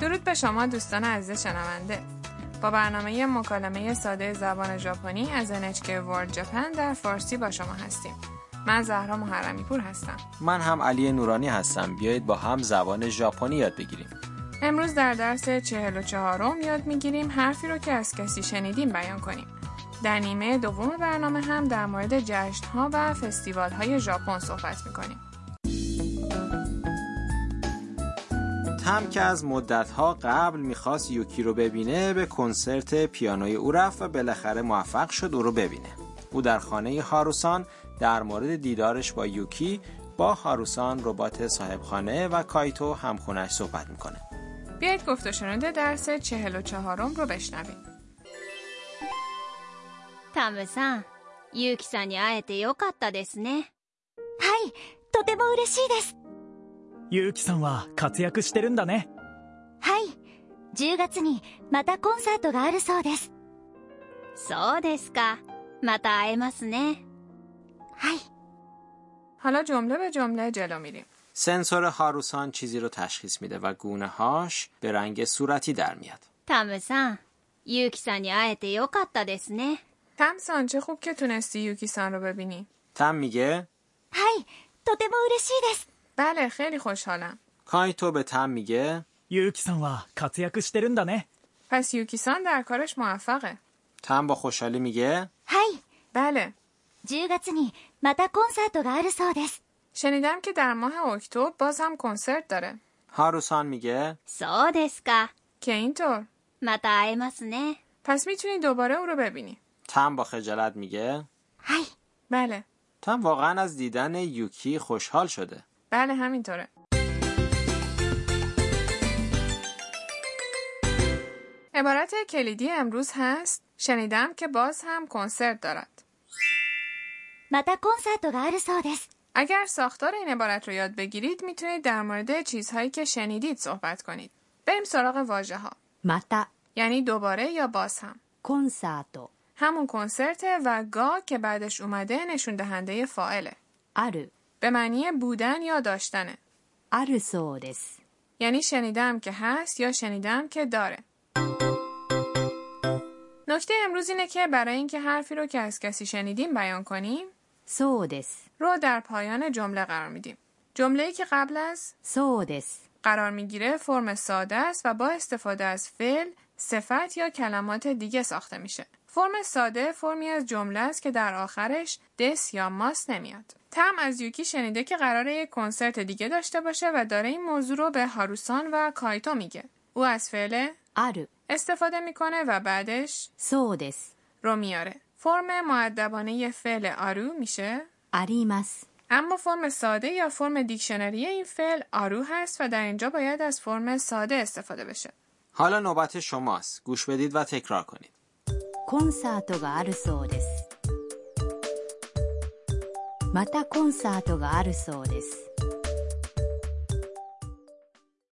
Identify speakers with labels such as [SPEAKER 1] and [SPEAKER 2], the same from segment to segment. [SPEAKER 1] درود به شما دوستان عزیز شنونده با برنامه مکالمه ساده زبان ژاپنی از NHK World Japan در فارسی با شما هستیم من زهرا محرمی پور هستم
[SPEAKER 2] من هم علی نورانی هستم بیایید با هم زبان ژاپنی یاد بگیریم
[SPEAKER 1] امروز در درس 44 م یاد میگیریم حرفی رو که از کسی شنیدیم بیان کنیم در نیمه دوم برنامه هم در مورد جشن ها و فستیوال های ژاپن صحبت میکنیم
[SPEAKER 2] هم که از مدتها قبل میخواست یوکی رو ببینه به کنسرت پیانوی او رفت و بالاخره موفق شد او رو ببینه او در خانه هاروسان در مورد دیدارش با یوکی با هاروسان ربات صاحبخانه و کایتو همخونش صحبت میکنه
[SPEAKER 1] بیایید گفت و شنود درس چهل و چهارم رو بشنویم
[SPEAKER 3] タムさん、ユウキさんに会えてよかったですね。
[SPEAKER 4] はい、とても嬉しいです。
[SPEAKER 5] ゆうきさんは活躍してるんだね
[SPEAKER 4] はい、10月にまたコンサートがあるそうです。
[SPEAKER 3] そうですか。また会えますね。
[SPEAKER 4] はい。
[SPEAKER 1] حالا جمله به جمله جلو میریم
[SPEAKER 2] سنسور هاروسان چیزی رو تشخیص میده و گونه هاش به رنگ صورتی در میاد
[SPEAKER 3] タムさん、ユウキさんに会えてよかったですね。
[SPEAKER 1] تمسان چه خوب که تونستی یوکی سان رو ببینی
[SPEAKER 2] تم میگه
[SPEAKER 4] はい、とても嬉しいです。
[SPEAKER 1] بله خیلی خوشحالم
[SPEAKER 2] کایتو به تم میگه
[SPEAKER 5] ゆうきさんは活躍してるんだね
[SPEAKER 1] پس یوکی سان در کارش موفقه
[SPEAKER 2] تم با خوشحالی میگه
[SPEAKER 4] はい、
[SPEAKER 1] بله
[SPEAKER 4] 10月にまたコンサートがあるそうです。
[SPEAKER 1] شنیدم که در ماه اکتبر باز هم کنسرت داره
[SPEAKER 2] هاروسان میگه
[SPEAKER 3] そうですか。
[SPEAKER 1] که اینطور
[SPEAKER 3] また会えますね。
[SPEAKER 1] پس میتونی دوباره او رو ببینی
[SPEAKER 2] تم با خجالت میگه
[SPEAKER 4] はい、
[SPEAKER 1] بله
[SPEAKER 2] تم واقعا از دیدن یوکی خوشحال شده
[SPEAKER 1] بله همینطوره عبارت کلیدی امروز هست شنیدم که باز هم کنسرت دارد
[SPEAKER 4] またコンサートがあるそうです。
[SPEAKER 1] اگر ساختار این عبارت رو یاد بگیرید میتونید در مورد چیزهایی که شنیدید صحبت کنید بریم سراغ واژه ها
[SPEAKER 6] また
[SPEAKER 1] یعنی دوباره یا باز هم
[SPEAKER 6] コンサート
[SPEAKER 1] همون کنسرت و گا که بعدش اومده نشون دهنده فاعله
[SPEAKER 6] ある
[SPEAKER 1] به معنی بودن یا داشتنه
[SPEAKER 6] あるそうです
[SPEAKER 1] یعنی شنیدم که هست یا شنیدم که داره نکته امروز اینه که برای اینکه حرفی رو که از کسی شنیدیم بیان کنیم
[SPEAKER 6] そうです
[SPEAKER 1] رو در پایان جمله قرار میدیم جمله‌ای که قبل از
[SPEAKER 6] そうです
[SPEAKER 1] قرار میگیره فرم ساده است و با استفاده از فعل، صفت یا کلمات دیگه ساخته میشه. فرم ساده فرمی از جمله است که در آخرش دس یا ماس نمیاد. تم از یوکی شنیده که قراره یک کنسرت دیگه داشته باشه و داره این موضوع رو به هاروسان و کایتو میگه. او از فعل
[SPEAKER 6] ある
[SPEAKER 1] استفاده میکنه و بعدش
[SPEAKER 6] そうです
[SPEAKER 1] رو میاره. فرم معدبانه فعل آرو میشه
[SPEAKER 6] あります
[SPEAKER 1] اما فرم ساده یا فرم دیکشنری این فعل آرو هست و در اینجا باید از فرم ساده استفاده بشه.
[SPEAKER 2] حالا نوبت شماست گوش بدید و تکرار کنید
[SPEAKER 6] コンサートがあるそうですまたコンサートがあるそうです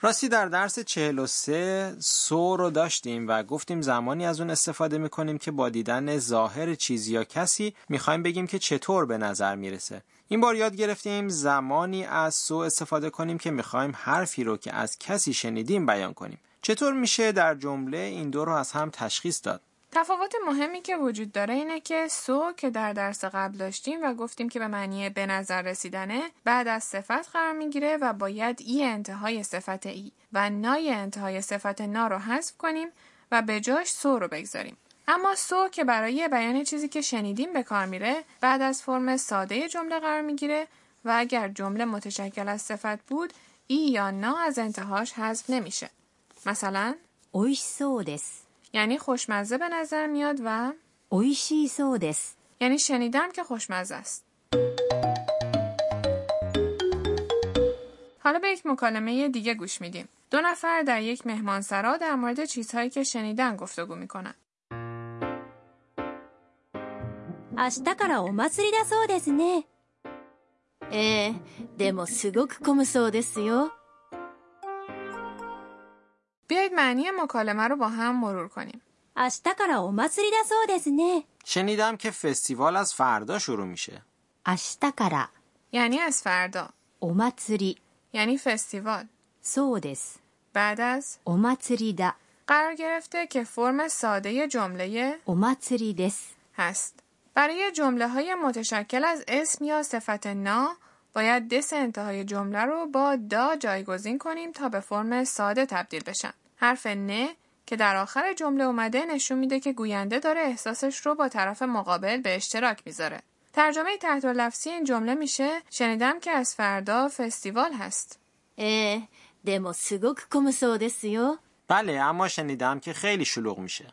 [SPEAKER 2] راستی در درس 43 سو رو داشتیم و گفتیم زمانی از اون استفاده میکنیم که با دیدن ظاهر چیزی یا کسی میخوایم بگیم که چطور به نظر میرسه این بار یاد گرفتیم زمانی از سو استفاده کنیم که میخوایم حرفی رو که از کسی شنیدیم بیان کنیم چطور میشه در جمله این دو رو از هم تشخیص داد
[SPEAKER 1] تفاوت مهمی که وجود داره اینه که سو که در درس قبل داشتیم و گفتیم که به معنی به نظر رسیدنه بعد از صفت قرار میگیره و باید ای انتهای صفت ای و نای انتهای صفت نا رو حذف کنیم و به جاش سو رو بگذاریم اما سو که برای بیان چیزی که شنیدیم به کار میره بعد از فرم ساده جمله قرار میگیره و اگر جمله متشکل از صفت بود ای یا نا از انتهاش حذف نمیشه مثلا
[SPEAKER 6] 美味しそうです
[SPEAKER 1] یعنی خوشمزه به نظر میاد و
[SPEAKER 6] 美味しいそうです
[SPEAKER 1] یعنی شنیدم که خوشمزه است. حالا به یک مکالمه دیگه گوش میدیم. دو نفر در یک مهمانسرا در مورد چیزهایی که شنیدن گفتگو میکنن.
[SPEAKER 4] 明日からお祭りだそうですね。ええ、でもすごく混むそうですよ。
[SPEAKER 1] بیایید معنی مکالمه رو با هم مرور کنیم.
[SPEAKER 4] 明日からお祭りだそうですね。
[SPEAKER 2] شنیدم که فستیوال از فردا شروع میشه
[SPEAKER 6] 明日から
[SPEAKER 1] یعنی از فردا،
[SPEAKER 6] お祭り
[SPEAKER 1] یعنی فستیوال.
[SPEAKER 6] そうです
[SPEAKER 1] و بعد از
[SPEAKER 6] お祭りだ。
[SPEAKER 1] قرار گرفته که فرم ساده جمله
[SPEAKER 6] お祭りです。
[SPEAKER 1] هست. برای جمله های متشکل از اسم یا صفت نا باید دس انتهای جمله رو با دا جایگزین کنیم تا به فرم ساده تبدیل بشن. حرف نه که در آخر جمله اومده نشون میده که گوینده داره احساسش رو با طرف مقابل به اشتراک میذاره. ترجمه تحت لفظی این جمله میشه شنیدم که از فردا فستیوال هست.
[SPEAKER 4] ええでもすごく混むそうですよ。
[SPEAKER 2] بله اما شنیدم که خیلی شلوغ میشه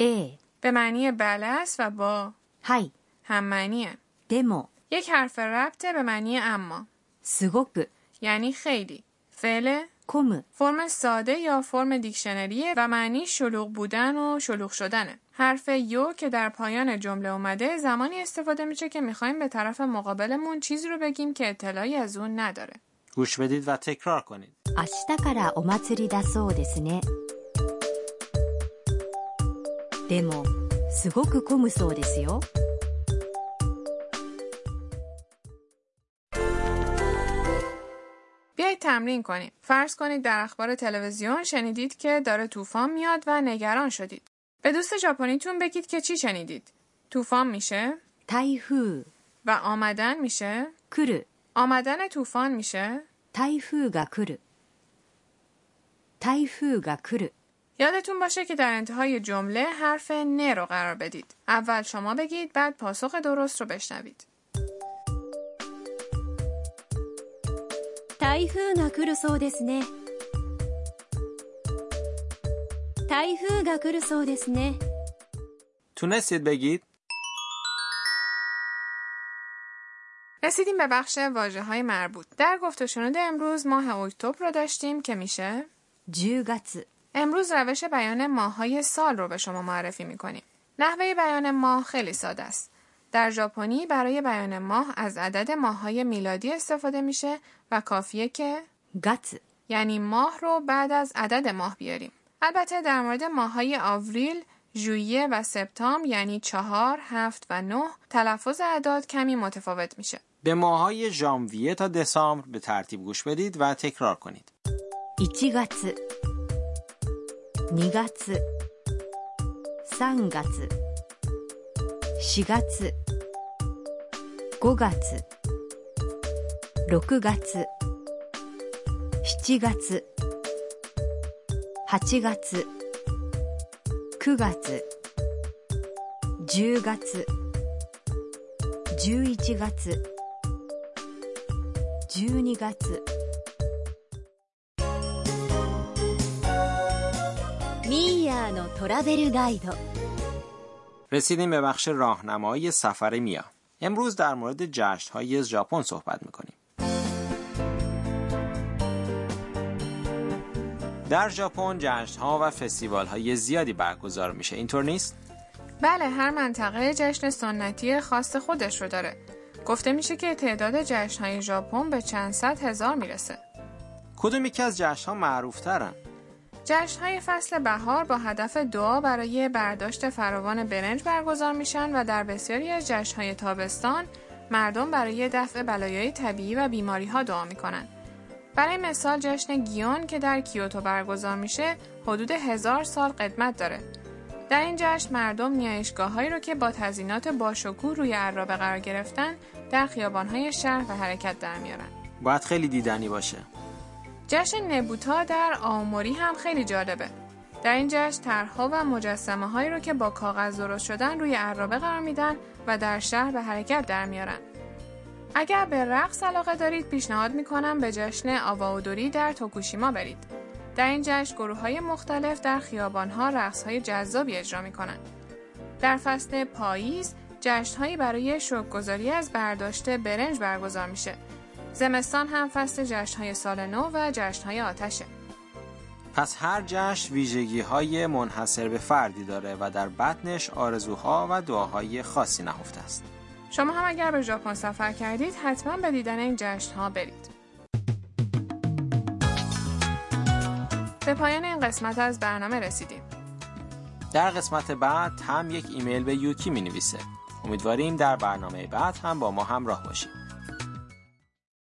[SPEAKER 6] ええ、
[SPEAKER 1] به معنی بله است و با
[SPEAKER 6] はい。
[SPEAKER 1] هم معنیه.
[SPEAKER 6] でも、
[SPEAKER 1] یک حرف ربطه به معنی اما
[SPEAKER 6] すごく
[SPEAKER 1] یعنی خیلی. فعل
[SPEAKER 6] 混む。
[SPEAKER 1] فرم ساده یا فرم دیکشنریه و معنی شلوغ بودن و شلوغ شدنه. حرف یو که در پایان جمله اومده زمانی استفاده میشه که میخوایم به طرف مقابلمون چیزی رو بگیم که اطلاعی از اون نداره.
[SPEAKER 2] گوش بدید و تکرار کنید
[SPEAKER 6] 明日からお祭りだそうですね。でも、すごく混むそうですよ。
[SPEAKER 1] بیایید تمرین کنیم. فرض کنید در اخبار تلویزیون شنیدید که داره طوفان میاد و نگران شدید. به دوست ژاپنیتون بگید که چی شنیدید. طوفان میشه
[SPEAKER 6] 台風、
[SPEAKER 1] و آمدن میشه؟
[SPEAKER 6] 来る。
[SPEAKER 1] آمدن طوفان میشه؟
[SPEAKER 6] 台風が来る。台風が来る。
[SPEAKER 1] یادتون باشه که در انتهای جمله حرف نه رو قرار بدید. اول شما بگید بعد پاسخ درست رو بشنوید.
[SPEAKER 4] 台風が来るそうですね。台風が来るそうですね。
[SPEAKER 2] تونستید بگید
[SPEAKER 1] رسیدیم به بخش واجه های مربوط. در گفت و شنود امروز ماه اکتبر رو داشتیم که میشه
[SPEAKER 6] 10月、
[SPEAKER 1] امروز روش بیان ماهای سال رو به شما معرفی میکنیم. نحوه بیان ماه خیلی ساده است. در ژاپنی برای بیان ماه از عدد ماههای میلادی استفاده میشه و کافیه که
[SPEAKER 6] 月、
[SPEAKER 1] یعنی ماه رو بعد از عدد ماه بیاریم. البته در مورد ماهای آوریل، ژوئیه و سپتامبر یعنی چهار، هفت و نه تلفظ اعداد کمی متفاوت میشه.
[SPEAKER 2] به ماهای ژانویه تا دسامبر به ترتیب گوش بدید و تکرار کنید
[SPEAKER 6] 1月、2月、3月、4月、5月、6月、7月、8月、9月、10月、11月、12月、
[SPEAKER 4] ミーヤーのトラベルガイド。
[SPEAKER 2] رسیدیم به بخش راهنمایی سفر میا امروز در مورد جشنهای ژاپن صحبت میکنیم در ژاپن جشنها و فستیوالهای زیادی برگزار میشه اینطور نیست
[SPEAKER 1] بله هر منطقه جشن سنتی خاص خودش رو داره. گفته میشه که تعداد جشنهای ژاپن به چند صد هزار میرسه.
[SPEAKER 2] کدوم یکی از جشنها معروفترن
[SPEAKER 1] جشنهای فصل بهار با هدف دعا برای برداشت فراوان برنج برگزار میشن و در بسیاری از جشنهای تابستان مردم برای دفع بلایای طبیعی و بیماری ها دعا میکنن. برای مثال جشن گیون که در کیوتو برگزار میشه حدود هزار سال قدمت داره. در این جشن مردم نیایشگاههایی رو که با تزینات باشکوه روی عرابه قرار گرفتن در خیابانهای شهر و حرکت در میارن.
[SPEAKER 2] باید خیلی دیدنی باشه
[SPEAKER 1] جشن نبوتا در آموری هم خیلی جالبه. در این جشن طرحها و مجسمه هایی رو که با کاغذ درست شدن روی عرابه قرار میدن و در شهر به حرکت در میارن. اگر به رقص علاقه دارید پیشنهاد میکنم به جشن آواودوری در توکوشیما برید. در این جشن گروه های مختلف در خیابان ها رقص های جذابی اجرا میکنن. در فصل پاییز جشن برای شکرگذاری از برداشت برنج برگزار میشه زمستان هم فصل جشنهای سال نو و جشنهای آتشه.
[SPEAKER 2] پس هر جشن ویژگی های منحصر به فردی داره و در بطنش آرزوها و دعاهای خاصی نهفته است
[SPEAKER 1] شما هم اگر به ژاپن سفر کردید حتما به دیدن این جشنها برید. به پایان این قسمت از برنامه رسیدیم.
[SPEAKER 2] در قسمت بعد هم یک ایمیل به یوکی می امیدواریم در برنامه بعد هم با ما همراه باشید